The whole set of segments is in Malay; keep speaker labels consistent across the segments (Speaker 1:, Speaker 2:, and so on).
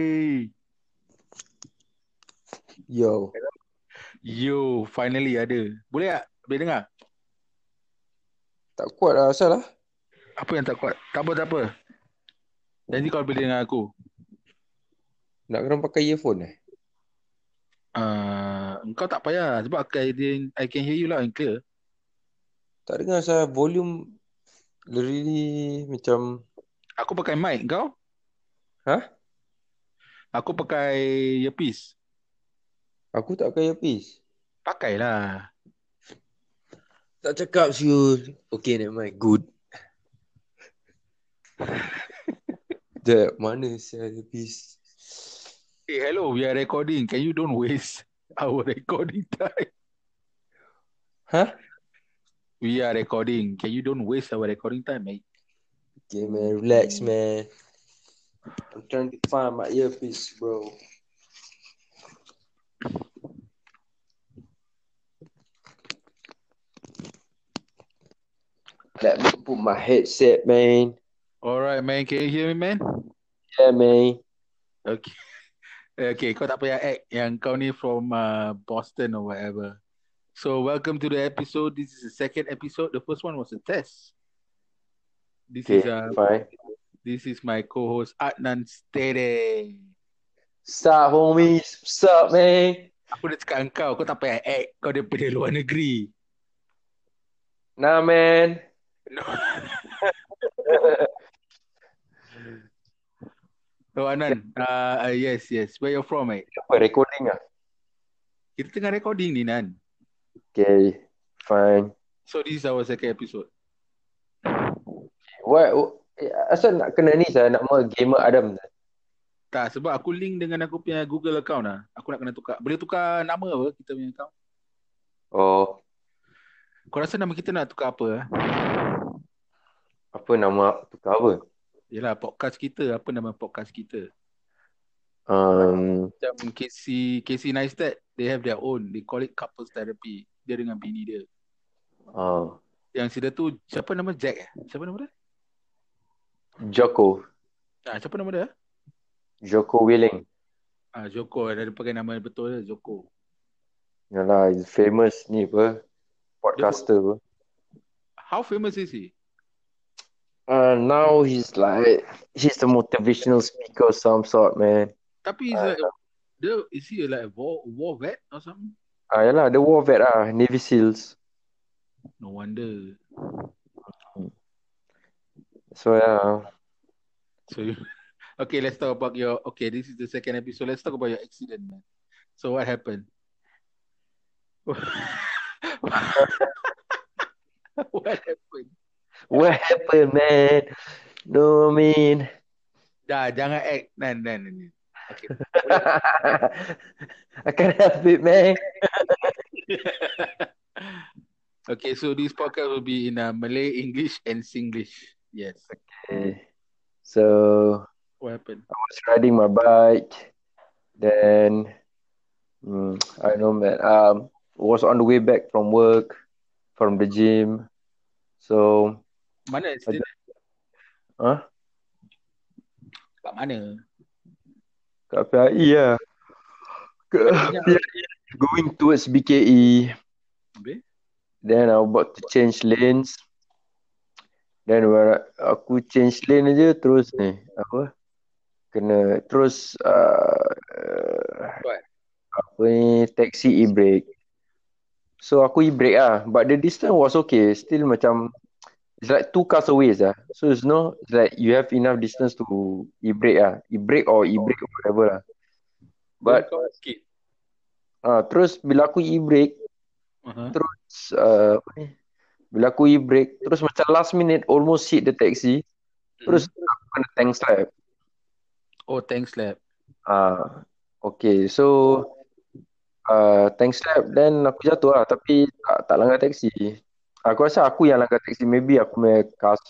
Speaker 1: Hey,
Speaker 2: Yo,
Speaker 1: yo, finally ada. Boleh tak? Boleh dengar?
Speaker 2: tak kuat lah asal lah.
Speaker 1: Apa yang tak kuat? Tak apa, tak apa. Janji kau boleh dengar aku.
Speaker 2: Nak kena pakai earphone eh?
Speaker 1: Uh, engkau tak payah sebab I can, I can hear you loud and clear.
Speaker 2: Tak dengar asal volume really macam...
Speaker 1: Aku pakai mic, kau?
Speaker 2: Hah?
Speaker 1: Aku pakai earpiece.
Speaker 2: Aku tak pakai earpiece.
Speaker 1: Pakailah.
Speaker 2: Tak cakap siul. Okay, never mind. Good. Jep, mana saya earpiece?
Speaker 1: Hey, hello, we are recording. Can you don't waste our recording time?
Speaker 2: Hah?
Speaker 1: We are recording. Can you don't waste our recording time, mate?
Speaker 2: Okay man, relax man. I'm trying to find my earpiece bro. Let me put my headset man.
Speaker 1: Alright, man. Can you hear me, man?
Speaker 2: Yeah man.
Speaker 1: Okay. Okay, kau tak payah act yang kau ni from uh, Boston or whatever. So, welcome to the episode. This is the second episode. The first one was a test. This is
Speaker 2: Okay,
Speaker 1: uh,
Speaker 2: fine.
Speaker 1: this is my co-host Adnan Stere.
Speaker 2: Stop, homies. What's up, man?
Speaker 1: Aku dah cakap dengan kau, kau tak payah act. Kau daripada luar negeri.
Speaker 2: Nah, man.
Speaker 1: No. So, Adnan, uh, uh, yes, yes. Where you from, mate?
Speaker 2: Apa, recording ah?
Speaker 1: Kita tengah recording ni, Nan.
Speaker 2: Okay, fine.
Speaker 1: So, this is our second episode.
Speaker 2: What, eh, asal nak kena ni saya nak nama gamer Adam tu?
Speaker 1: Tak, sebab aku link dengan aku punya Google account lah. Aku nak kena tukar. Boleh tukar nama apa kita punya account?
Speaker 2: Oh,
Speaker 1: Kau rasa nama kita nak tukar apa? eh?
Speaker 2: apa nama tukar apa?
Speaker 1: Yelah, podcast kita. Apa nama podcast kita?
Speaker 2: Um,
Speaker 1: Macam Casey, Casey Neistat, they have their own. They call it couples therapy. Dia dengan bini dia.
Speaker 2: uh,
Speaker 1: Yang sida tu, siapa nama Jack? eh? Siapa nama dia?
Speaker 2: Joko.
Speaker 1: Ah, siapa nama dia?
Speaker 2: Joko Willing.
Speaker 1: Ah, Joko. Dia pakai nama betul dia, Joko.
Speaker 2: Yalah, he's famous ni apa? Podcaster apa?
Speaker 1: How famous is he?
Speaker 2: Uh, now he's like, he's the motivational speaker of some sort, man.
Speaker 1: Tapi he's like, dia, is he like a war, war vet or something?
Speaker 2: Ah, yalah, the war vet ah, Navy SEALs.
Speaker 1: No wonder.
Speaker 2: So, yeah.
Speaker 1: So you, okay, let's talk about your. Okay, this is the second episode. Let's talk about your accident, man. So what happened? what happened?
Speaker 2: What happened, man? No, I mean.
Speaker 1: Dah, jangan act. Nan, nan, nan. nan. Okay.
Speaker 2: I can't help it, man.
Speaker 1: okay, so this podcast will be in uh, Malay, English, and Singlish. Yes.
Speaker 2: Okay. So
Speaker 1: What happened?
Speaker 2: I was riding my bike. Then mm, I know, man. Um, was on the way back from work, from the gym. So
Speaker 1: Mana accident?
Speaker 2: Huh?
Speaker 1: Kat mana?
Speaker 2: kat PIE lah. Ke
Speaker 1: Banyak.
Speaker 2: PIE. E, Going towards E. BKE.
Speaker 1: Habis?
Speaker 2: Then I about to change lanes. Then when I- aku change lane aja terus ni apa? Kena terus uh,
Speaker 1: What?
Speaker 2: apa ni taxi e-brake. So aku e-brake ah, but the distance was okay. Still macam it's like two cars away lah. So it's no it's like you have enough distance to e-brake ah, e-brake or e-brake or whatever lah. But
Speaker 1: Kau sikit.
Speaker 2: ah terus bila aku e-brake
Speaker 1: Uh-huh.
Speaker 2: terus uh, apa ni? Bila aku e-brake terus macam last minute almost hit the taxi. Terus aku kena tank slap.
Speaker 1: Oh, thanks, lab.
Speaker 2: Ah, okay. So uh, tank slap then aku jatuh lah tapi tak, tak langgar taksi. Aku rasa aku yang langgar taksi. Maybe aku punya kas,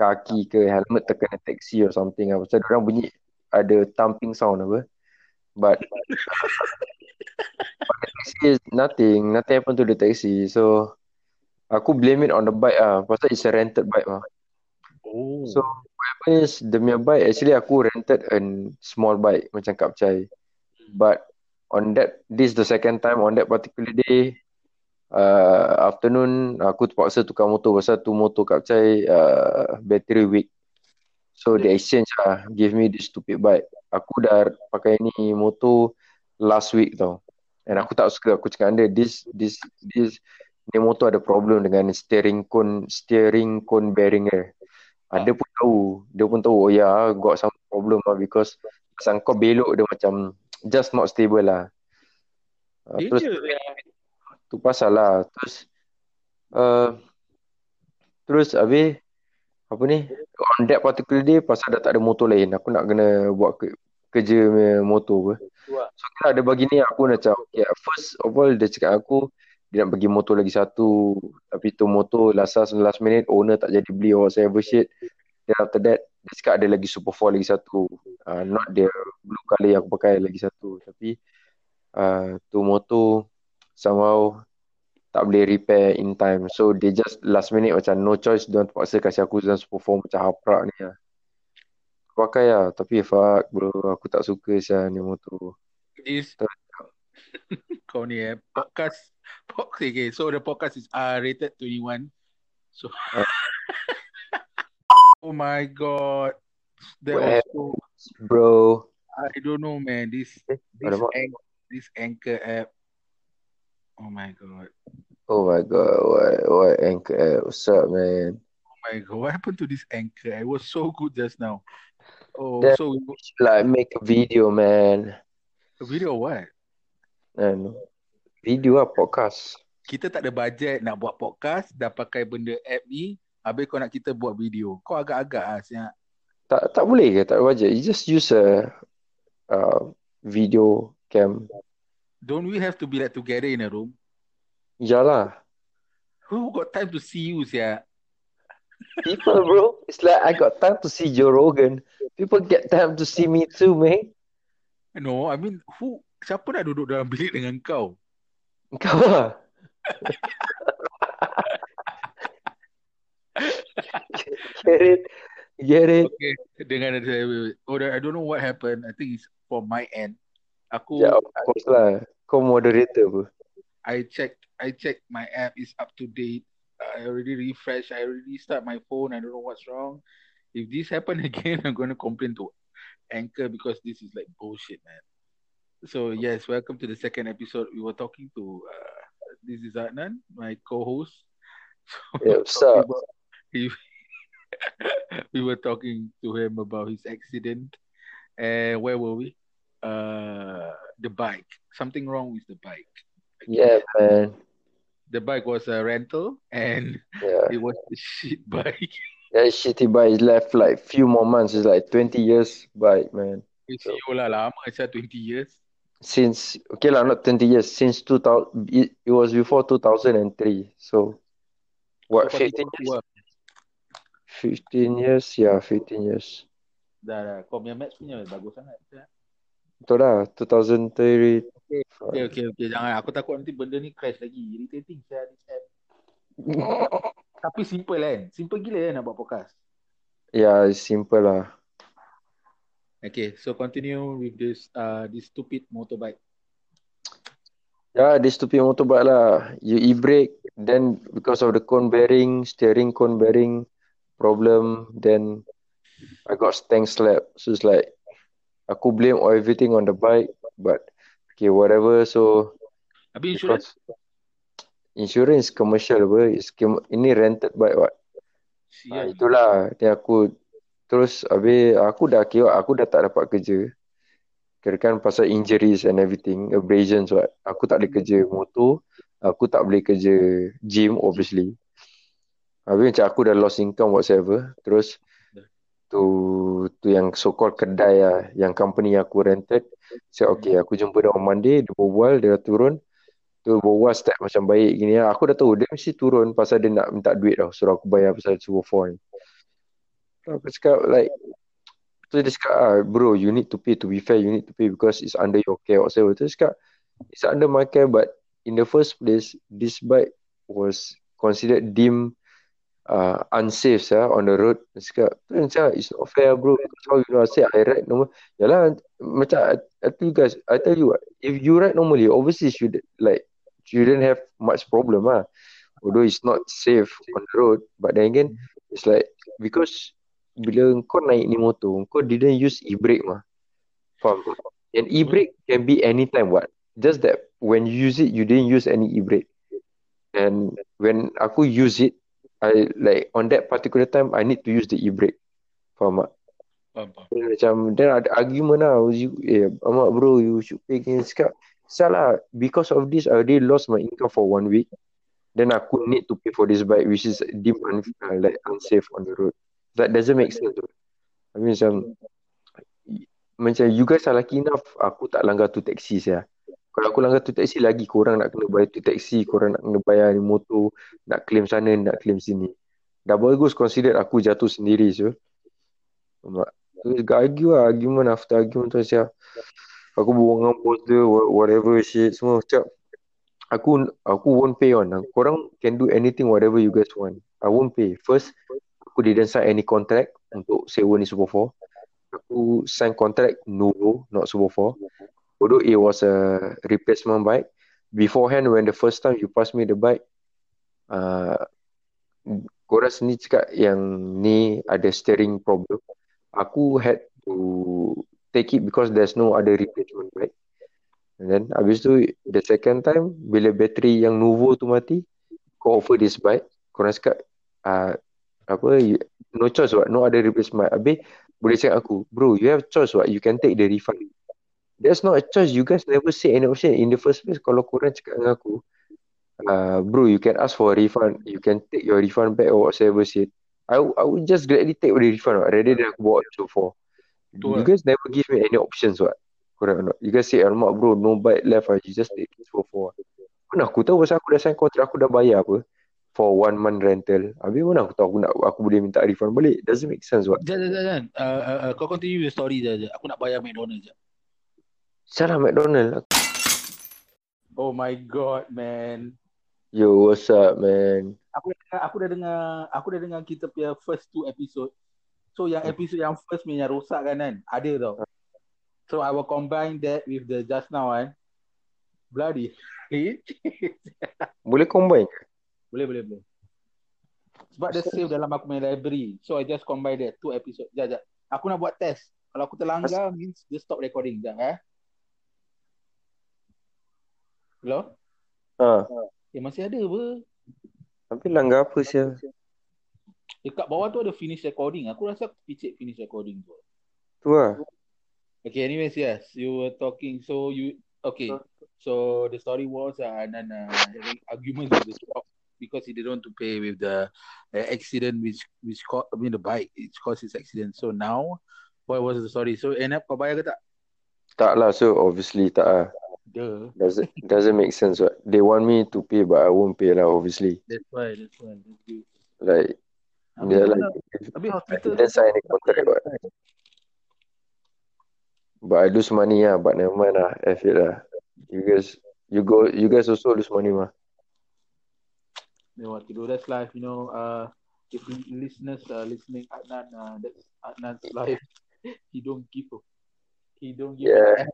Speaker 2: kaki ke helmet terkena taksi or something lah. Pasal orang bunyi ada thumping sound apa. But but the taxi is nothing. Nothing happened to the taxi. So lah. aku blame it on the bike ah. Pasal it's a rented bike mah.
Speaker 1: Oh.
Speaker 2: So what is demi bike actually aku rented a small bike macam Kak Chai. But on that this the second time on that particular day uh, afternoon aku terpaksa tukar motor pasal tu motor Kak Chai uh, battery weak. So the exchange ah give me this stupid bike. Aku dah pakai ni motor last week tau. And aku tak suka aku cakap dengan dia this this this ni motor ada problem dengan steering cone steering cone bearing dia. Ah, dia pun tahu, dia pun tahu oh ya yeah, got some problem lah because pasal kau belok dia macam just not stable lah. Ah, terus
Speaker 1: Danger lah.
Speaker 2: tu pasal lah. Terus uh, terus habis apa ni on that particular day pasal dah tak ada motor lain aku nak kena buat ke, kerja punya motor apa so kira ada bagi ni aku macam okay, first of all dia cakap aku dia nak bagi motor lagi satu tapi tu motor last last, last minute owner tak jadi beli or whatever shit then after that dia cakap ada lagi super 4 lagi satu uh, not the blue colour yang aku pakai lagi satu tapi uh, tu motor somehow tak boleh repair in time. So they just last minute macam no choice dia terpaksa kasih aku Zans perform macam haprak ni lah. Aku Pakai lah tapi fuck bro aku tak suka sia ni motor.
Speaker 1: This kau ni eh podcast podcast okay. So the podcast is uh, rated 21. So Oh my god. That
Speaker 2: What
Speaker 1: was so,
Speaker 2: Bro.
Speaker 1: I don't know man this this,
Speaker 2: Alamak.
Speaker 1: an- this anchor app. Oh my god.
Speaker 2: Oh my god what what anchor app what's up man.
Speaker 1: Oh my god. What happened to this anchor? It was so good just now. Oh
Speaker 2: That-
Speaker 1: so we-
Speaker 2: Like make a video man.
Speaker 1: video what?
Speaker 2: And video lah podcast.
Speaker 1: Kita tak ada bajet nak buat podcast dah pakai benda app ni. Habis kau nak kita buat video. Kau agak-agak ah siap.
Speaker 2: Tak tak boleh ke tak wajib. You just use a uh, video cam.
Speaker 1: Don't we have to be like together in a room?
Speaker 2: Yalah.
Speaker 1: Who got time to see you sia?
Speaker 2: People, bro, it's like I got time to see Joe Rogan. People get time to see me too, man.
Speaker 1: No, I mean who siapa nak duduk dalam bilik dengan kau?
Speaker 2: Kau lah. Get it? Get it?
Speaker 1: Okay. Dengan ada oh I don't know what happened. I think it's from my end. Aku
Speaker 2: Yeah, of course lah. Kau moderator apa?
Speaker 1: I checked I checked my app is up to date. I already refreshed. I already start my phone. I don't know what's wrong. If this happen again, I'm going to complain to Anchor because this is like bullshit, man. So yes, welcome to the second episode. We were talking to uh, this is Adnan, my co-host. So
Speaker 2: Yeah, what's up?
Speaker 1: we were talking to him about his accident and where were we? Uh, the bike. Something wrong with the bike.
Speaker 2: Yeah, man.
Speaker 1: The bike was a rental and
Speaker 2: Yeah.
Speaker 1: it was a shit bike.
Speaker 2: That shitty bike is left like few more months. It's like 20 years bike, man.
Speaker 1: So, lah lama saya 20 years.
Speaker 2: Since, okay lah, not 20 years. Since 2000, it, it was before 2003. So, what,
Speaker 1: So,
Speaker 2: 15 years?
Speaker 1: Kau,
Speaker 2: 15 years, yeah, 15 years.
Speaker 1: dah, dah. Kau punya match punya bagus sangat.
Speaker 2: Betul lah, 2003.
Speaker 1: Okay, okay, okay. Jangan. Aku takut nanti benda ni crash lagi. Irritating saya this app. Tapi simple kan. Simple gila kan nak buat podcast.
Speaker 2: Yeah, it's simple lah.
Speaker 1: Okay, so continue with this uh, this stupid motorbike.
Speaker 2: Yeah, this Ya, stupid motorbike lah. You e-brake, then because of the cone bearing, steering cone bearing problem, then I got stank slap. So it's like, aku blame everything on the bike, but okay, whatever. So,
Speaker 1: Habis insurance?
Speaker 2: because insurance commercial apa, it's, com- ini rented bike what. Ha,
Speaker 1: Sial.
Speaker 2: itulah dia aku terus habis aku dah kira aku dah tak dapat kerja. Kirakan pasal injuries and everything, abrasions what. Aku tak boleh kerja motor, aku tak boleh kerja gym obviously. Habis macam aku dah lost income whatsoever. Terus tu tu yang so called kedai lah, yang company yang aku rented. So okay, aku jumpa dia on Monday, dia berbual, dia turun. Tu berbual step macam baik gini lah. Aku dah tahu dia mesti turun pasal dia nak minta duit tau. Suruh aku bayar pasal sebuah phone. Aku cakap like Tu dia cakap ah, Bro you need to pay To be fair you need to pay Because it's under your care whatsoever Tu dia cakap It's under my care But in the first place This bike was Considered deemed uh, unsafe sah on the road. Dia cakap, tu yang cakap, it's not fair bro. Because how you know, I said I ride normal. Yalah, macam I, I tell you guys, I tell you, what, if you ride normally, obviously should like, shouldn't have much problem ah. Although it's not safe on the road, but then again, it's like, because bila kau naik ni motor, kau didn't use e-brake mah. Faham tak? And e-brake can be anytime what. Just that when you use it, you didn't use any e-brake. And when aku use it, I like on that particular time I need to use the e-brake. Faham tak?
Speaker 1: Faham, faham.
Speaker 2: Then macam then ada argument lah. You, eh, amat bro, you should pay. Dia cakap, salah. Because of this, I already lost my income for one week. Then aku need to pay for this bike which is deemed un- uh, like unsafe on the road. That doesn't make sense. tu. I mean macam macam you guys are lucky enough aku tak langgar tu taxi saya. Kalau aku langgar tu taxi lagi korang nak kena bayar tu taxi, korang nak kena bayar ni motor, nak claim sana, nak claim sini. Dah bagus consider aku jatuh sendiri so. Mak, terus argue lah, argument after argument tu saya. Aku buang dengan bos dia, wha- whatever shit, semua macam aku aku won't pay on. Korang can do anything whatever you guys want. I won't pay. First, aku didn't sign any contract untuk sewa ni Super 4 aku sign contract Novo, not Super 4. Although it was a replacement bike, beforehand when the first time you pass me the bike, uh, korang sendiri cakap yang ni ada steering problem. Aku had to take it because there's no other replacement bike. And then habis tu the second time bila bateri yang Novo tu mati, kau offer this bike, korang cakap uh, apa you- no choice what, no other replacement. Habis boleh cakap aku, bro, you have choice what, you can take the refund. There's not a choice, you guys never say any option in the first place. Kalau korang cakap dengan aku, uh, bro, you can ask for a refund, you can take your refund back or whatever shit. I, would- I would just gladly take the refund what, rather than aku bawa option for.
Speaker 1: Betul
Speaker 2: You
Speaker 1: lah.
Speaker 2: guys never give me any options what. Correct or not? You guys say, alamak bro, no bike left ah, you just take this for four. Mana aku tahu pasal aku dah sign kontrak, aku dah bayar apa. For one month rental. Habis mana aku tahu aku nak aku boleh minta refund balik. Doesn't make sense what.
Speaker 1: Jangan, jangan, jangan. Uh, uh, uh, kau continue your story je. je. Aku nak bayar McDonald's je.
Speaker 2: Salah McDonald.
Speaker 1: Oh my god, man.
Speaker 2: Yo, what's up, man?
Speaker 1: Aku dah dengar, aku dah dengar, aku dah dengar kita punya first two episode. So yang episode yang first punya yang rosak kan kan, ada tau. So I will combine that with the just now kan. Bloody.
Speaker 2: Boleh combine ke?
Speaker 1: boleh, boleh, boleh. Sebab dia save dalam aku punya library. So I just combine that two episode. Sekejap, sekejap. Aku nak buat test. Kalau aku terlanggar means dia stop recording. Sekejap eh. Hello?
Speaker 2: Ha,
Speaker 1: Eh masih ada apa?
Speaker 2: tapi langgar apa sia?
Speaker 1: Dekat Eh, bawah tu ada finish recording. Aku rasa aku picit finish recording tu.
Speaker 2: Tu lah.
Speaker 1: Okay, anyways, yes, you were talking. So you okay? So the story was uh, Anand uh, having arguments with the shop because he didn't want to pay with the uh, accident which which caused I mean the bike which caused his accident. So now what was the story? So end up kau bayar ke tak?
Speaker 2: Tak lah, so obviously tak lah.
Speaker 1: Duh.
Speaker 2: Doesn't, doesn't make sense what. They want me to pay but I won't pay lah obviously.
Speaker 1: That's why. That's why. That's good.
Speaker 2: Like,
Speaker 1: Habis,
Speaker 2: yeah,
Speaker 1: kau
Speaker 2: like
Speaker 1: nak- habis
Speaker 2: I
Speaker 1: hospital.
Speaker 2: didn't sign any contract what. But I lose money lah, but never mind lah. F it lah. You guys, you go, you guys also lose money mah.
Speaker 1: you know what to do. That's life, you know. Uh, if you listeners are listening, Adnan, uh, that's Adnan's life. He don't give a, he don't give
Speaker 2: Yeah.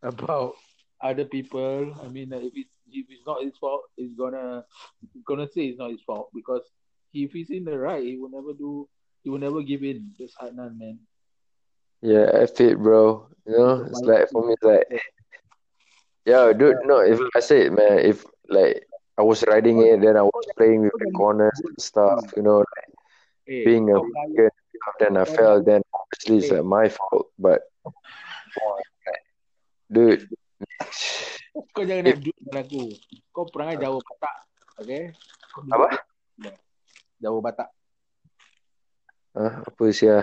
Speaker 1: a about other people. I mean, uh, if it's if it's not his fault, he's gonna he's gonna say it's not his fault because he, if he's in the right, he will never do. He will never give in. That's Adnan, man.
Speaker 2: Yeah, F it, bro. You know, it's like for me, it's like, yo, dude, no, if I say it, man, if like I was riding it, then I was playing with the corners and stuff, you know, like
Speaker 1: Hey,
Speaker 2: being a
Speaker 1: kau bayar-
Speaker 2: vegan, then I fell, then obviously it's like my fault, but dude,
Speaker 1: Kau jangan nak duduk dengan aku. Kau perangai Jawa Batak. Okay? Kau duduk
Speaker 2: Apa?
Speaker 1: dengan aku. Jawa Batak.
Speaker 2: ah, apa sia?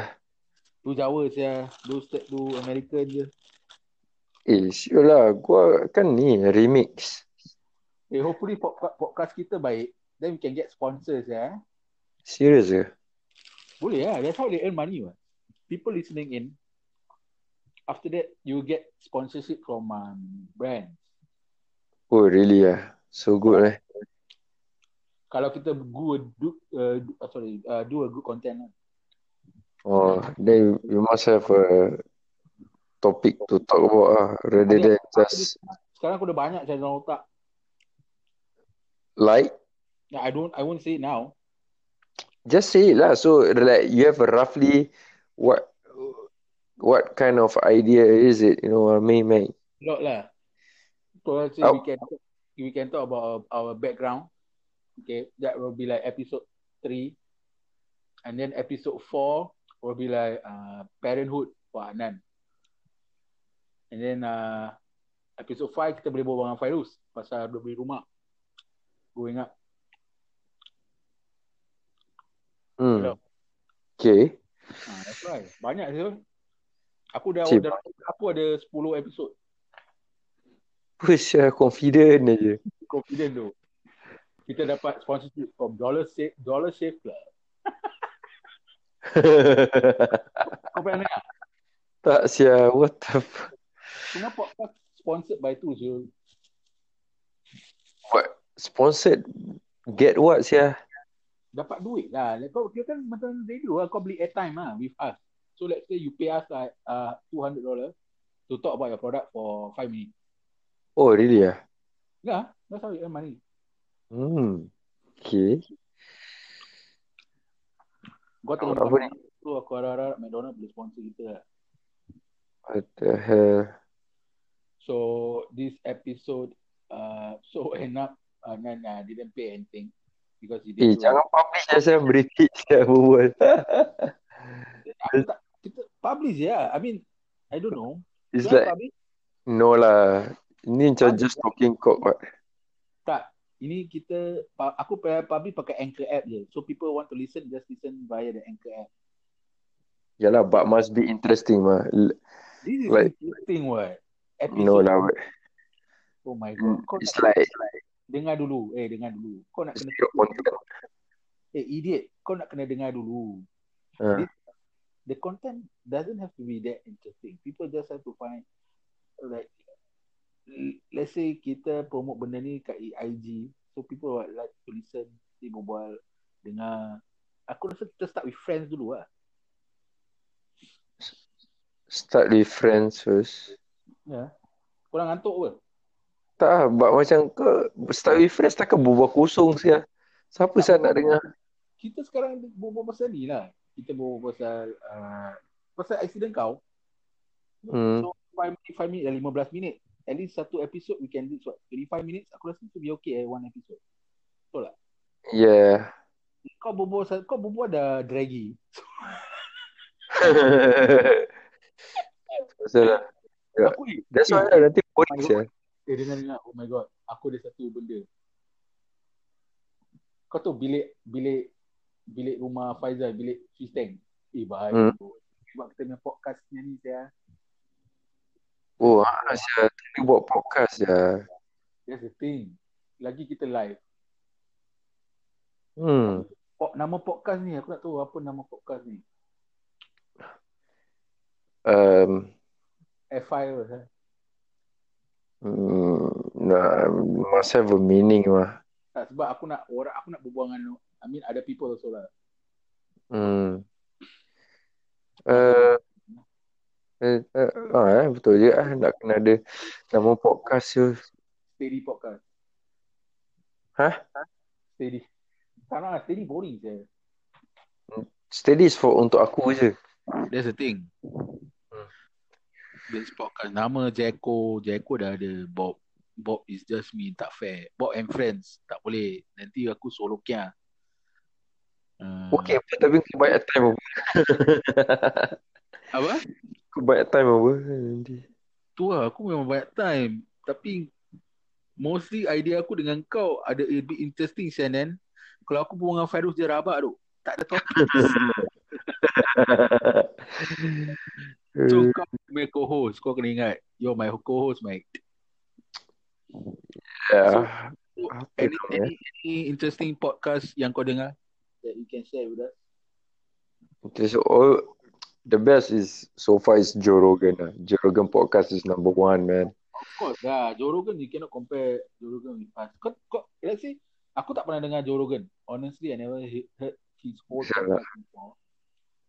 Speaker 1: Tu Jawa saya. Tu step tu American je.
Speaker 2: Eh, sure lah, gua kan ni remix.
Speaker 1: Eh, hopefully podcast, podcast kita baik. Then we can get sponsors ya. Eh?
Speaker 2: Serius ke?
Speaker 1: Boleh lah. That's how they earn money. What. People listening in. After that, you get sponsorship from um, brands.
Speaker 2: Oh, really ah, so good eh.
Speaker 1: kalau kita do a, do, uh, do, uh, sorry, uh, do a good content lah.
Speaker 2: Oh, then you must have a topic to talk about ah, rather
Speaker 1: Tapi
Speaker 2: than
Speaker 1: aku- aku
Speaker 2: just
Speaker 1: ni- sekarang aku dah banyak cara dalam otak.
Speaker 2: like.
Speaker 1: Yeah, I don't I won't say it now.
Speaker 2: Just say it lah. So like you have a roughly what what kind of idea is it? You know what I mean, man?
Speaker 1: Lot lah. So let's say we
Speaker 2: Oh,
Speaker 1: can we can talk about our, our background. Okay, that will be like episode three, and then episode four will be like uh, parenthood for Anan, and then uh, episode five kita boleh berbual dengan Fairuz pasal dia beli rumah. Going up.
Speaker 2: hmm,
Speaker 1: Hello.
Speaker 2: okay.
Speaker 1: Ah, that's why. Banyak tu. Aku dah
Speaker 2: Cik,
Speaker 1: dalam aku ada 10 episod
Speaker 2: push uh, confident aja.
Speaker 1: confident tu. Kita dapat sponsorship from Dollar Shave Dollar lah. Shave Club. Kau pernah dengar?
Speaker 2: Tak sia, what the fuck?
Speaker 1: Semua podcast sponsored by tu je.
Speaker 2: What? Sponsored? Get what sia?
Speaker 1: dapat duit lah. Like, kau kira kan macam radio lah. Kau beli airtime lah with us. So let's say you pay us like uh, $200 to talk about your product for 5 minutes.
Speaker 2: Oh, really ah?
Speaker 1: Yeah, that's how you earn money.
Speaker 2: Hmm, okay.
Speaker 1: Kau tengah
Speaker 2: Apa
Speaker 1: makan
Speaker 2: ni?
Speaker 1: tu aku harap-harap McDonald boleh sponsor kita lah.
Speaker 2: What the hell?
Speaker 1: So this episode uh, so end up uh, Nan uh, didn't pay anything because he
Speaker 2: Eh,
Speaker 1: didn't do
Speaker 2: jangan publish lah sia, merepek sia berbual.
Speaker 1: Aku tak, kita publish je lah. I mean, I don't know.
Speaker 2: It's
Speaker 1: Jangan
Speaker 2: like,
Speaker 1: publish.
Speaker 2: no lah. Ini macam
Speaker 1: Publish
Speaker 2: just talking cock what.
Speaker 1: Tak. Ini kita, pa- aku pa- publish pakai Anchor app je. So people want to listen, just listen via the Anchor app.
Speaker 2: Yalah, but must be interesting mah. L-
Speaker 1: This is
Speaker 2: Like,
Speaker 1: interesting what?
Speaker 2: no
Speaker 1: Episode,
Speaker 2: lah. but-
Speaker 1: oh my god. Kau nak
Speaker 2: Hmm. It's
Speaker 1: kena
Speaker 2: like,
Speaker 1: dengar dulu. Eh, dengar dulu. Kau nak kena,
Speaker 2: zero content.
Speaker 1: eh idiot. Kau nak kena dengar dulu.
Speaker 2: Ah,
Speaker 1: This, the content doesn't have to be that interesting. People just have to find like, l- let's say kita promote benda ni kat IG. So people would like to listen, dia berbual, dengar. Aku rasa kita start with friends dulu lah.
Speaker 2: Start with friends first.
Speaker 1: Ya. Korang ngantuk ke?
Speaker 2: Tak lah, but macam kau start with friends takkan berbual kosong sia. Siapa
Speaker 1: Tak
Speaker 2: sia nak dengar?
Speaker 1: kita sekarang berbual pasal ni lah. Kita berbual pasal uh, pasal accident kau.
Speaker 2: Hmm.
Speaker 1: So 5 minit, 5 minit dah 15 minit. At least satu episode we can do so 25 minutes. Aku rasa to be okay eh, one episode. Betul tak?
Speaker 2: Yeah.
Speaker 1: Kau berbual pasal- kau berbual dah draggy.
Speaker 2: Pasal lah. Yeah.
Speaker 1: Aku eh,
Speaker 2: That's
Speaker 1: eh,
Speaker 2: why lah, nanti
Speaker 1: oh my
Speaker 2: boring
Speaker 1: god.
Speaker 2: sia.
Speaker 1: Eh, dengar dengar. Oh my god. Aku ada satu benda. Kau tahu bilik bilik bilik rumah Faizal, bilik fish tank. Eh, bahaya.
Speaker 2: Hmm.
Speaker 1: tu. Sebab kita punya podcastnya ni saya.
Speaker 2: Oh, ah, sia. Tadi buat podcast sia.
Speaker 1: That's the thing. Lagi kita live.
Speaker 2: Hmm.
Speaker 1: Pok, nama podcast ni aku nak tahu apa nama podcast ni.
Speaker 2: Um,
Speaker 1: FI ke? Eh?
Speaker 2: mm, nah, must have a meaning lah.
Speaker 1: Tak sebab aku nak orang aku nak berbual dengan I mean ada people also lah.
Speaker 2: Hmm.
Speaker 1: Aku
Speaker 2: Uh, eh, eh, ah, eh, betul je ah. Nak kena ada nama podcast tu.
Speaker 1: steady podcast.
Speaker 2: Hah?
Speaker 1: Steady. Tak nak lah, steady boring je.
Speaker 2: Steady is for untuk aku je.
Speaker 1: Hmm. That's the thing.
Speaker 2: Hmm.
Speaker 1: This podcast nama Jeko, Jeko dah ada Bob. Bob is just me tak fair. Bob and friends tak boleh. Nanti aku solo kia. Uh,
Speaker 2: Okay, apa tapi kau banyak time apa?
Speaker 1: apa?
Speaker 2: Kau banyak time apa nanti?
Speaker 1: Tu lah, aku memang banyak time. Tapi mostly idea aku dengan kau ada a bit interesting sian kan. Kalau aku berbual dengan Fairuz dia rabak tu. Tak ada topik. So
Speaker 2: Eh,
Speaker 1: kau my co-host. Kau kena ingat. You're my co-host Mike. So,
Speaker 2: ya.
Speaker 1: so
Speaker 2: Apa
Speaker 1: any,
Speaker 2: nama eh?
Speaker 1: any, any interesting podcast yang kau dengar? That you can share with us.
Speaker 2: Okay, so all the best is so far is Joe Rogan lah. Joe Rogan podcast is number one man.
Speaker 1: Of course lah. Joe Rogan you cannot compare Joe Rogan with us. Kau, kau, let's say Aku tak pernah dengar Joe Rogan. Honestly, I never he- heard his whole
Speaker 2: Sure.
Speaker 1: podcast before.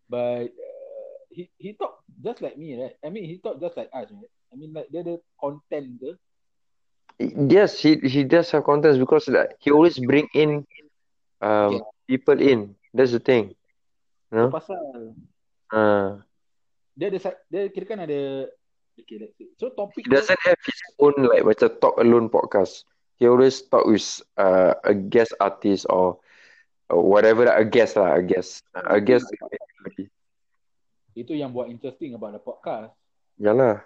Speaker 1: But uh, he he talk just like me, right? I mean, he talk just like us, right? I mean, like dia ada content ke?
Speaker 2: Yes, he he does have contents because like he always bring in um
Speaker 1: Yeah.
Speaker 2: people in. That's the thing. You know?
Speaker 1: Huh? Pasal
Speaker 2: Uh,
Speaker 1: dia ada sa- dia kira kan ada okay, let's see. So topik
Speaker 2: he doesn't have his own like macam talk alone podcast. He always talk with uh, a guest artist or, or whatever a guest lah, a guest. A guest
Speaker 1: itu yang buat interesting about the podcast.
Speaker 2: Yalah. Ya lah.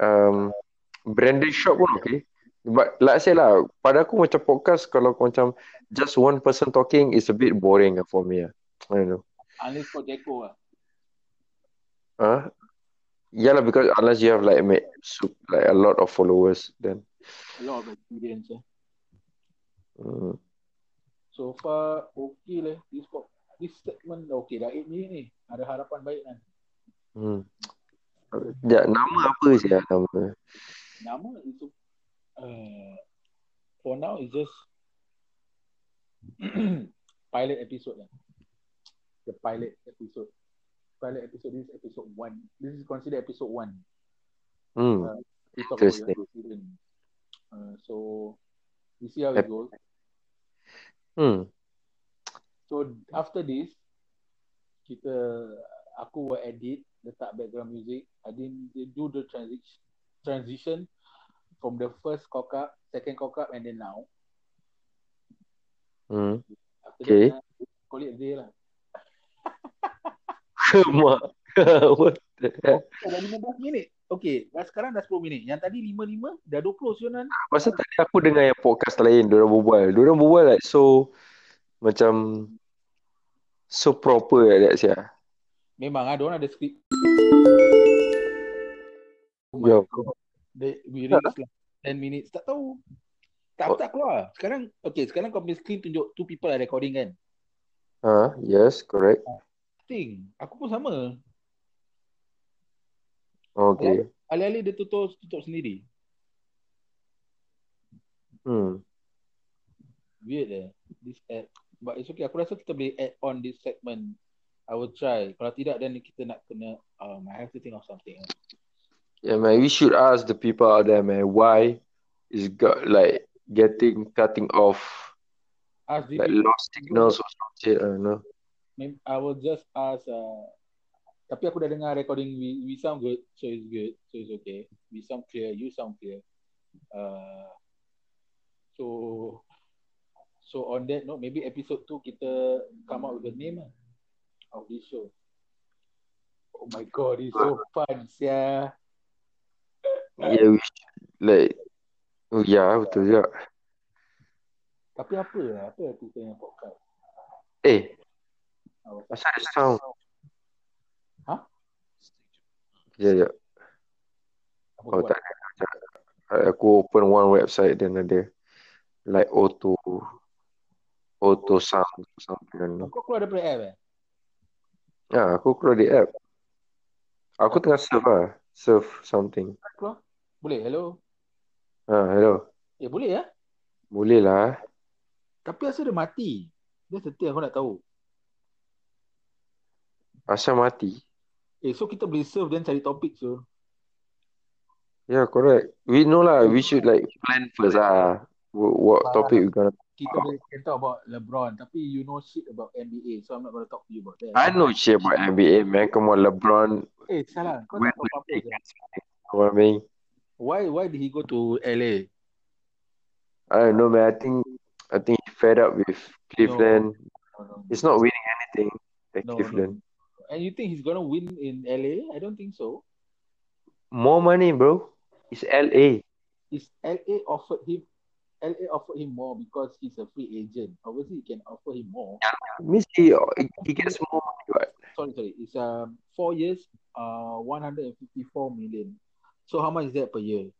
Speaker 2: Um, branded shop pun okay. But like I say lah, pada aku macam podcast kalau kau macam just one person talking is a bit boring lah for me lah. I don't know.
Speaker 1: Unless kau Jeko lah.
Speaker 2: Huh? Yeah, lah, because unless you have like made su- like a lot of followers, then
Speaker 1: A lot of experience. Eh.
Speaker 2: mm,
Speaker 1: So far, okay lah. This, pod- this segment dah okay. Dah 8 minit ni. Ada harapan baik kan.
Speaker 2: mm. Ya, nama apa sih ya, nama?
Speaker 1: Nama itu uh, for now is just pilot episode lah. The pilot episode. Pilot episode. This is episode one. This is considered episode one.
Speaker 2: Hmm.
Speaker 1: We talk about your
Speaker 2: Interesting.
Speaker 1: experience. Uh, so we see how it
Speaker 2: Ep-
Speaker 1: goes.
Speaker 2: Hmm.
Speaker 1: So after this, kita aku will edit letak background music. I didn't they do the transition transition from the first cock up, second cock up, and then now.
Speaker 2: Hmm.
Speaker 1: After
Speaker 2: Okay.
Speaker 1: that, uh, call it a day lah.
Speaker 2: Mak. What the hell?
Speaker 1: Oh, dah 15 minit. Okay, dah sekarang dah 10 minit. Yang tadi 5-5, dah 20 Sunan.
Speaker 2: Pasal tadi aku dengar yang podcast lain, diorang berbual. Diorang berbual like so, macam, so proper like that sia.
Speaker 1: Memang ah, diorang ada skrip.
Speaker 2: Yo.
Speaker 1: They, we reach like 10 minutes. Tak tahu. Tak, aku tak keluar. Sekarang, okay, sekarang kau punya screen tunjuk two people are recording kan.
Speaker 2: Ha, yes, correct.
Speaker 1: Ting, aku pun sama.
Speaker 2: Okay.
Speaker 1: Alih-alih dia tutup, tutup sendiri.
Speaker 2: Hmm.
Speaker 1: Weird eh. This app. But it's okay. Aku rasa kita boleh add on this segment. I will try. Kalau tidak, then kita nak kena, um, I have to think of something.
Speaker 2: Yeah, man, we should ask the people out there, man, why is got like getting cutting off
Speaker 1: Ask
Speaker 2: like
Speaker 1: Didi.
Speaker 2: lost signals or some shit. I don't know.
Speaker 1: Maybe I will just ask. Uh, tapi aku dah dengar recording. We, we sound good, so it's good, so it's okay. We sound clear, you sound clear. Uh, so so on that note, maybe episode two kita come up with a name lah of this show. Oh my god, it's so fun, sia.
Speaker 2: Yeah, we should like. Oh yeah, betul juga.
Speaker 1: Tapi apa lah, apa aku tanya podcast?
Speaker 2: Eh,
Speaker 1: Ah, pasal-
Speaker 2: asal ada sound?
Speaker 1: Hah?
Speaker 2: Ya, ya.
Speaker 1: apa
Speaker 2: Oh
Speaker 1: buat?
Speaker 2: tak. ada. Aku open one website then ada like auto auto sound something. I don't know.
Speaker 1: Kau keluar daripada app eh?
Speaker 2: Ya, aku keluar di app. Aku tengah surf lah. Surf something.
Speaker 1: Keluar? Boleh, hello?
Speaker 2: Ha, hello.
Speaker 1: Eh, boleh ya?
Speaker 2: Boleh lah.
Speaker 1: Tapi asal dia mati. Dia setia aku nak tahu.
Speaker 2: Asal mati.
Speaker 1: Eh, so kita boleh serve dan cari topik so.
Speaker 2: Yeah, Ya, correct. We know lah. We should like plan first ah. What, what topic we gonna?
Speaker 1: Kita boleh can talk about LeBron tapi you know shit about NBA so I'm not going to talk to you about that.
Speaker 2: I know shit about NBA, man. Come on, LeBron.
Speaker 1: Eh, salah. Kau
Speaker 2: Where
Speaker 1: tak tahu apa-apa je.
Speaker 2: Come on, man.
Speaker 1: Why why did he go to LA?
Speaker 2: I don't know, man. I think I think he fed up with Cleveland.
Speaker 1: No, no, no.
Speaker 2: He's not winning anything at
Speaker 1: No,
Speaker 2: Cleveland.
Speaker 1: And you think he's going to win in LA? I don't think so.
Speaker 2: More money, bro. It's LA.
Speaker 1: Is LA offered him LA offered him more because he's a free agent. Obviously, he can offer him more.
Speaker 2: Means he, he gets more money, but
Speaker 1: Sorry, sorry. It's um four years, uh, 154 million. So how much is that per year?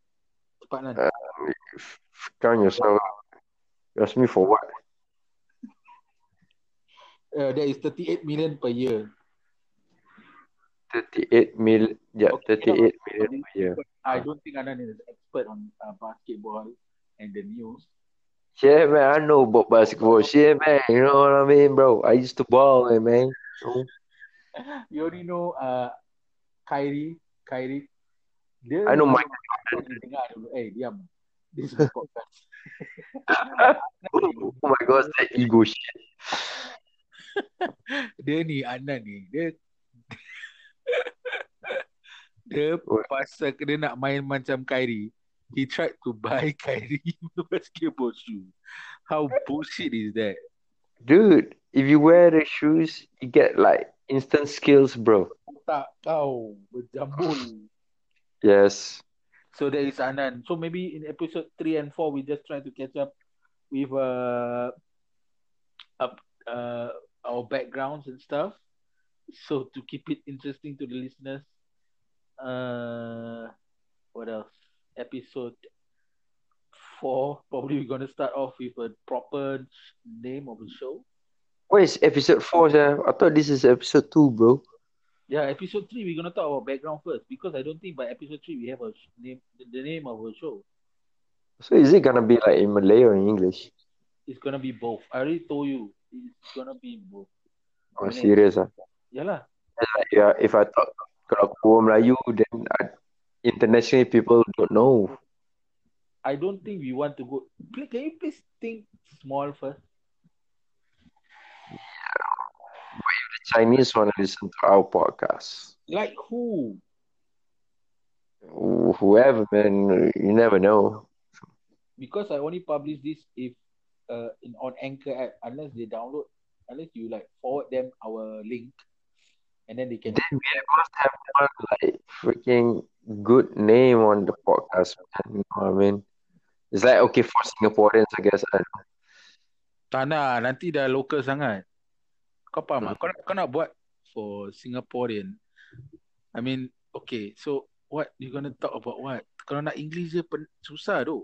Speaker 1: Cepat Nan.
Speaker 2: f- count yourself. out. You ask me for what?
Speaker 1: Uh, that is 38 million per year.
Speaker 2: 38 mil. Yeah,
Speaker 1: Okay,
Speaker 2: 38 million per year.
Speaker 1: I don't think Anan is an expert on uh, basketball and the news.
Speaker 2: Yeah, man, I know about basketball. Shit, man, you know what I mean, bro? I used to ball it, man. So,
Speaker 1: You already know uh, Kyrie, Kyrie. Dia
Speaker 2: I know Mike.
Speaker 1: dia dengar, eh diam. This is podcast.
Speaker 2: Oh my gosh, that ego shit.
Speaker 1: dia ni Anan ni dia dia
Speaker 2: What?
Speaker 1: pasal dia nak main macam Kyrie he tried to buy Kyrie basketball shoe how bullshit is that
Speaker 2: Dude, if you wear the shoes, you get like instant skills, bro.
Speaker 1: otak kau berjambul
Speaker 2: Yes.
Speaker 1: so that is Anan so maybe in episode 3 and 4 we just try to catch up with uh, up, uh our backgrounds and stuff so to keep it interesting to the listeners uh what else? Episode four. Probably we're gonna start off with a proper name of the show.
Speaker 2: What is episode four, sir? I thought this is episode two, bro.
Speaker 1: Yeah, episode three we're gonna talk about background first because I don't think by episode three we have a sh- name the- the name of our show.
Speaker 2: So is it gonna be like in Malay or in English?
Speaker 1: It's gonna be both. I already told you it's gonna be both.
Speaker 2: Oh, serious ah?
Speaker 1: Yeah lah.
Speaker 2: Like, yeah, if I talk kalau aku orang Melayu, then I, internationally people don't know.
Speaker 1: I don't think we want to go. Pl- Can you please think small first?
Speaker 2: The Chinese want to listen to our podcast.
Speaker 1: Like who?
Speaker 2: Wh- Whoever, man, you never know.
Speaker 1: because I only publish this if uh in on Anchor app unless they download unless you like forward them our link and then they can
Speaker 2: Then we must have one like freaking good name on the podcast, man. You know what I mean? It's like okay for Singaporeans, I guess. I don't
Speaker 1: tanah nanti dah local sangat. Kau faham tak? Kau, nak- kau nak buat for Singaporean. I mean, okay, so what you gonna talk about what? Kalau nak English je pen, susah tu.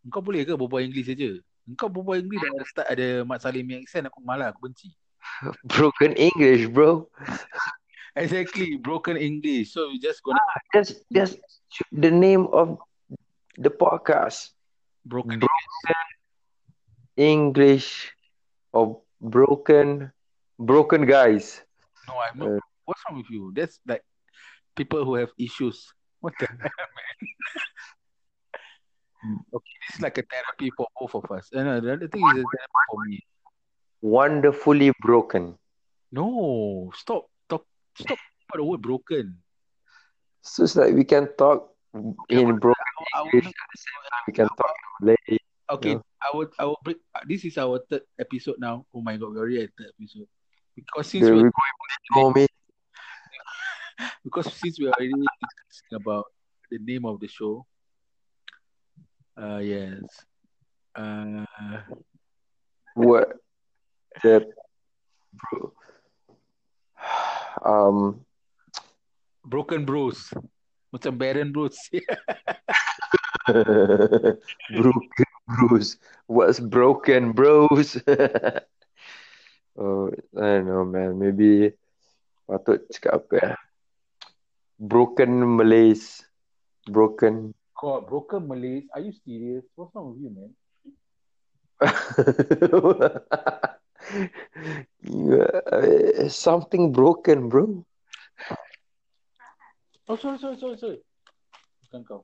Speaker 1: Engkau boleh ke berbual English saja? Engkau berbual English dah ada start ada Mat Salim yang accent aku malah aku benci.
Speaker 2: know. broken English, bro.
Speaker 1: Exactly, broken English. So you just gonna
Speaker 2: That's that's the name of the podcast.
Speaker 1: broken
Speaker 2: Bro- English or broken broken guys.
Speaker 1: No, I'm not. What's wrong with you? That's like people who have issues. What the heck, man? okay, this is like a therapy for both of us. Uh, no, the other thing is a therapy for me.
Speaker 2: Wonderfully broken.
Speaker 1: No, stop, stop, stop. About the word broken.
Speaker 2: So it's like we can talk in broken
Speaker 1: I will,
Speaker 2: English at the same time we can talk in Malay.
Speaker 1: okay, I will, I will break. uh, This is our third episode now. Oh my god, we already at third episode. Because since
Speaker 2: We're
Speaker 1: we
Speaker 2: going homie.
Speaker 1: because since we're already discussing about the name of the show, uh, yes, uh.
Speaker 2: What the bro um
Speaker 1: Broken Bruce. Macam Baron Bruce.
Speaker 2: broken bros. What's broken bros? oh, I don't know man. Maybe patut cakap apa ya? Broken Malays. Broken.
Speaker 1: God, broken Malays. Are you serious? What's wrong with you, man?
Speaker 2: Yeah, Something broken, bro.
Speaker 1: Oh, sorry, sorry, sorry, sorry. Bukan kau.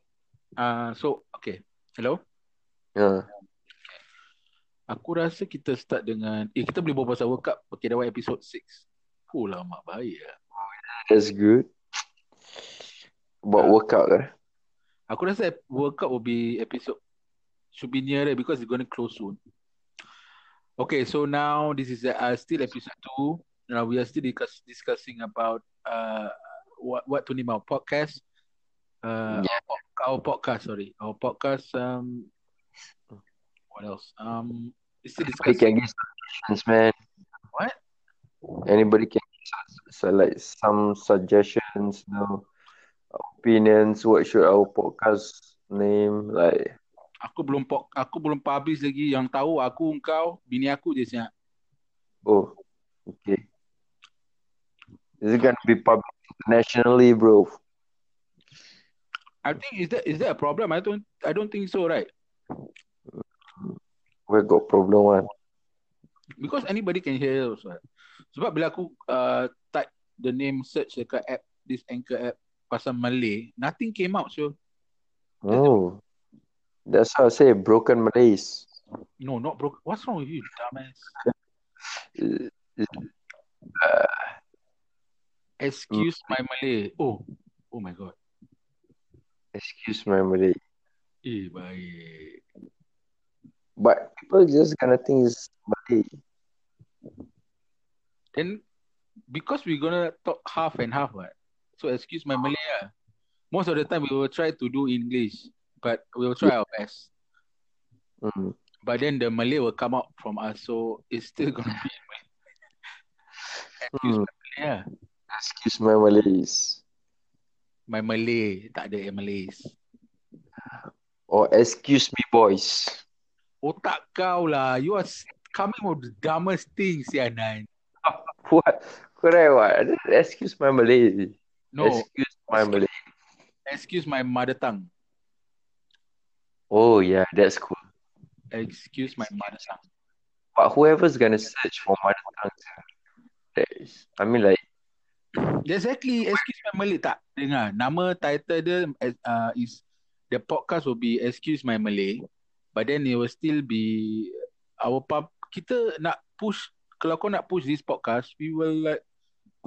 Speaker 1: Uh, so, okay. Hello?
Speaker 2: Yeah.
Speaker 1: Aku rasa kita start dengan... Eh, kita boleh berbual pasal World Cup. Okay, dah buat episode 6. Pulah mak bahaya.
Speaker 2: That's good. About workout eh?
Speaker 1: Aku rasa ep- World Cup will be episode... Should be nearer because it's going to close soon. Okay, so now this is uh, still episode 2. Now we are still discuss- discussing about uh, what, what to name our podcast. Uh, our podcast sorry our podcast um what else um it's still
Speaker 2: Anybody
Speaker 1: discussing
Speaker 2: can give suggestions, man.
Speaker 1: What?
Speaker 2: Anybody can give su- so like some suggestions, you know, opinions. What should our podcast name? Like,
Speaker 1: aku belum pok, aku belum publish lagi yang tahu aku engkau bini aku je siap
Speaker 2: oh, okay. Is it gonna be published internationally, bro?
Speaker 1: I think is that is that a problem I don't I don't think so right
Speaker 2: where got problem kan.
Speaker 1: Because anybody can hear us. Right? Sebab bila aku uh, type the name search dekat app, this anchor app pasal Malay, nothing came out. So,
Speaker 2: Oh. That's how I say broken Malays.
Speaker 1: no, not broke. What's wrong with you, dumbass?
Speaker 2: Uh,
Speaker 1: Excuse my Malay. Oh, oh my god.
Speaker 2: Excuse my Malay.
Speaker 1: Eh, baik.
Speaker 2: But people just gonna think it's Malay.
Speaker 1: Then, because we're gonna talk half and half, right? So, excuse my Malay lah. Most of the time, we will try to do English. But we will try our best.
Speaker 2: Mm.
Speaker 1: But then the Malay will come out from us. So, it's still gonna be in Malay. excuse
Speaker 2: Hmm.
Speaker 1: my Malay lah.
Speaker 2: Excuse my Malays.
Speaker 1: My Malay. Tak ada Malays.
Speaker 2: Or Oh, excuse me boys.
Speaker 1: Otak kau lah. You are s- coming with the dumbest things, ya, Nan.
Speaker 2: What? Correct what? Excuse my Malay.
Speaker 1: No,
Speaker 2: Excuse my Malay.
Speaker 1: excuse my mother tongue.
Speaker 2: Oh yeah, that's cool.
Speaker 1: Excuse my mother tongue.
Speaker 2: But whoever's gonna search for mother tongues, that is, I mean like,
Speaker 1: Exactly. Excuse my Malay tak? Dengar. Nama title dia uh, is the podcast will be Excuse My Malay. But then it will still be our pub. Kita nak push kalau kau nak push this podcast, we will like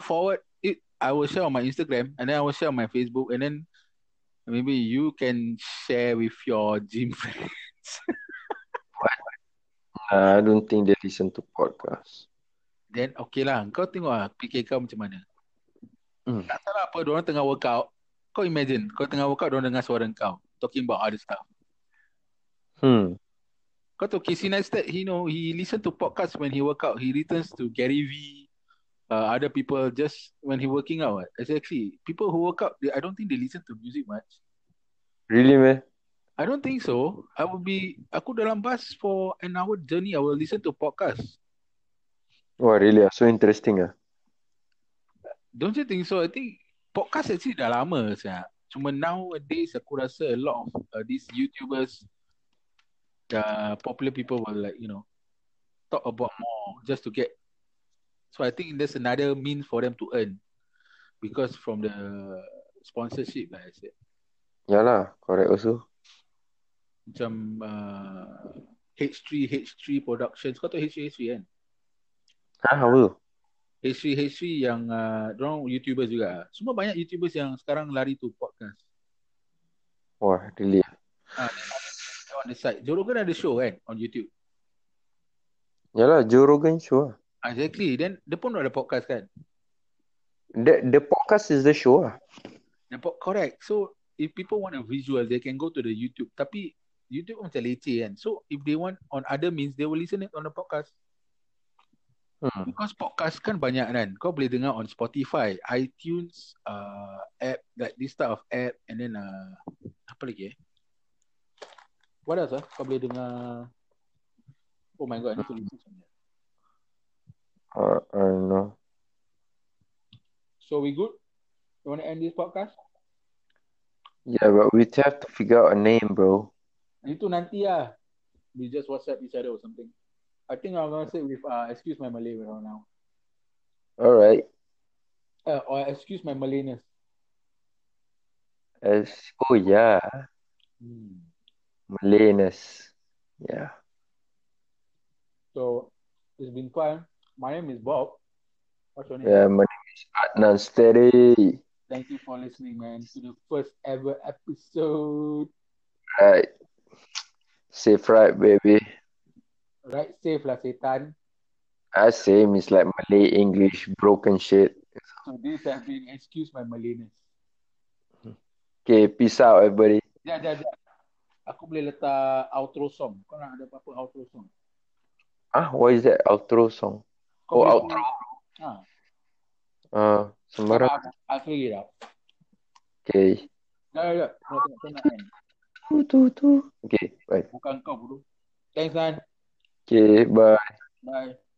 Speaker 1: forward it. I will share on my Instagram and then I will share on my Facebook and then maybe you can share with your gym friend.
Speaker 2: uh, I don't think they listen to podcasts.
Speaker 1: Then okay lah. Kau tengok lah fikir kau macam mana.
Speaker 2: Hmm.
Speaker 1: Tak salah apa. Diorang tengah workout. Kau imagine. Kau tengah workout, diorang dengar suara kau. Talking about other stuff.
Speaker 2: Hmm.
Speaker 1: Kau tahu Casey Neistat, he know he listen to podcast when he work out. He returns to Gary V, uh, other people just when he working out. what. Exactly. People who work out, they, I don't think they listen to music much.
Speaker 2: Really man?
Speaker 1: I don't think so. I will be aku dalam bus for an hour journey. I will listen to podcast.
Speaker 2: Wow, really? ah, So interesting ah.
Speaker 1: Don't you think so? I think podcast actually dah lama saya. Cuma nowadays aku rasa a lot of uh, these YouTubers, uh, popular people will like you know talk about more just to get. So I think there's another means for them to earn because from the sponsorship like I said.
Speaker 2: Yeah lah, correct also.
Speaker 1: Macam uh, H3, H3 Productions. Kau tahu H3, H3 kan?
Speaker 2: Hah, apa?
Speaker 1: H3, H3 yang uh, dorang YouTubers juga. Semua banyak YouTubers yang sekarang lari to podcast.
Speaker 2: Wah, really? ah.
Speaker 1: on the side. Joe Rogan ada show kan on YouTube.
Speaker 2: Yeah lah, Joe Rogan show ah.
Speaker 1: Exactly. Then dia pun ada podcast kan.
Speaker 2: The, the podcast is the show ah.
Speaker 1: Dan po- correct. So if people want a visual, they can go to the YouTube. Tapi YouTube macam leceh kan. So if they want on other means, they will listen it on the podcast.
Speaker 2: Hmm.
Speaker 1: Because podcast kan banyak kan. Kau boleh dengar on Spotify, iTunes, uh, app, like this type of app. And then uh, apa lagi eh? What else ah? Kau boleh dengar Oh my god, I need to listen to that.
Speaker 2: Uh, I don't know.
Speaker 1: So we good? You want to end this podcast?
Speaker 2: Yeah, but we have to figure out a name, bro.
Speaker 1: Itu nanti lah. We just WhatsApp each other or something. I think I'm gonna say with uh, excuse my Malay right now.
Speaker 2: All right.
Speaker 1: Uh, or excuse my Malayness.
Speaker 2: As, oh yeah,
Speaker 1: Hmm.
Speaker 2: Malayness. Yeah.
Speaker 1: So it's been fun. My name is Bob. What's your name?
Speaker 2: Yeah, my name is Adnan Steady.
Speaker 1: Thank you for listening, man, to the first ever episode.
Speaker 2: Right. Safe right, baby.
Speaker 1: Right, safe lah setan.
Speaker 2: I same is like Malay English broken shit.
Speaker 1: So this has been excuse my Malayness.
Speaker 2: Okay, peace out everybody.
Speaker 1: Jap, jap, jap. Aku boleh letak outro song. Kau nak ada apa-apa outro song?
Speaker 2: Ah, what is that outro song?
Speaker 1: Kau
Speaker 2: Oh,
Speaker 1: boleh-
Speaker 2: outro.
Speaker 1: Ha.
Speaker 2: Uh, sembarang.
Speaker 1: Barang. I'll figure it out.
Speaker 2: Okay.
Speaker 1: Jap, jap, jap. Kau nak tengok kan?
Speaker 2: Tu tu tu. Okay, bye.
Speaker 1: Bukan kau bodoh. Thanks, man.
Speaker 2: Okay, bye.
Speaker 1: Bye.